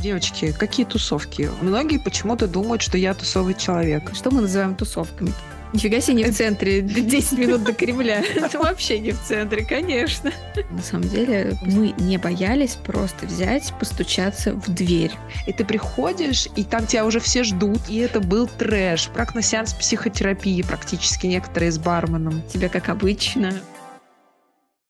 Девочки, какие тусовки? Многие почему-то думают, что я тусовый человек. Что мы называем тусовками? Нифига себе не в центре, 10 минут до Кремля. Это вообще не в центре, конечно. На самом деле мы не боялись просто взять, постучаться в дверь. И ты приходишь, и там тебя уже все ждут. И это был трэш, как на сеанс психотерапии практически некоторые с барменом. Тебя, как обычно,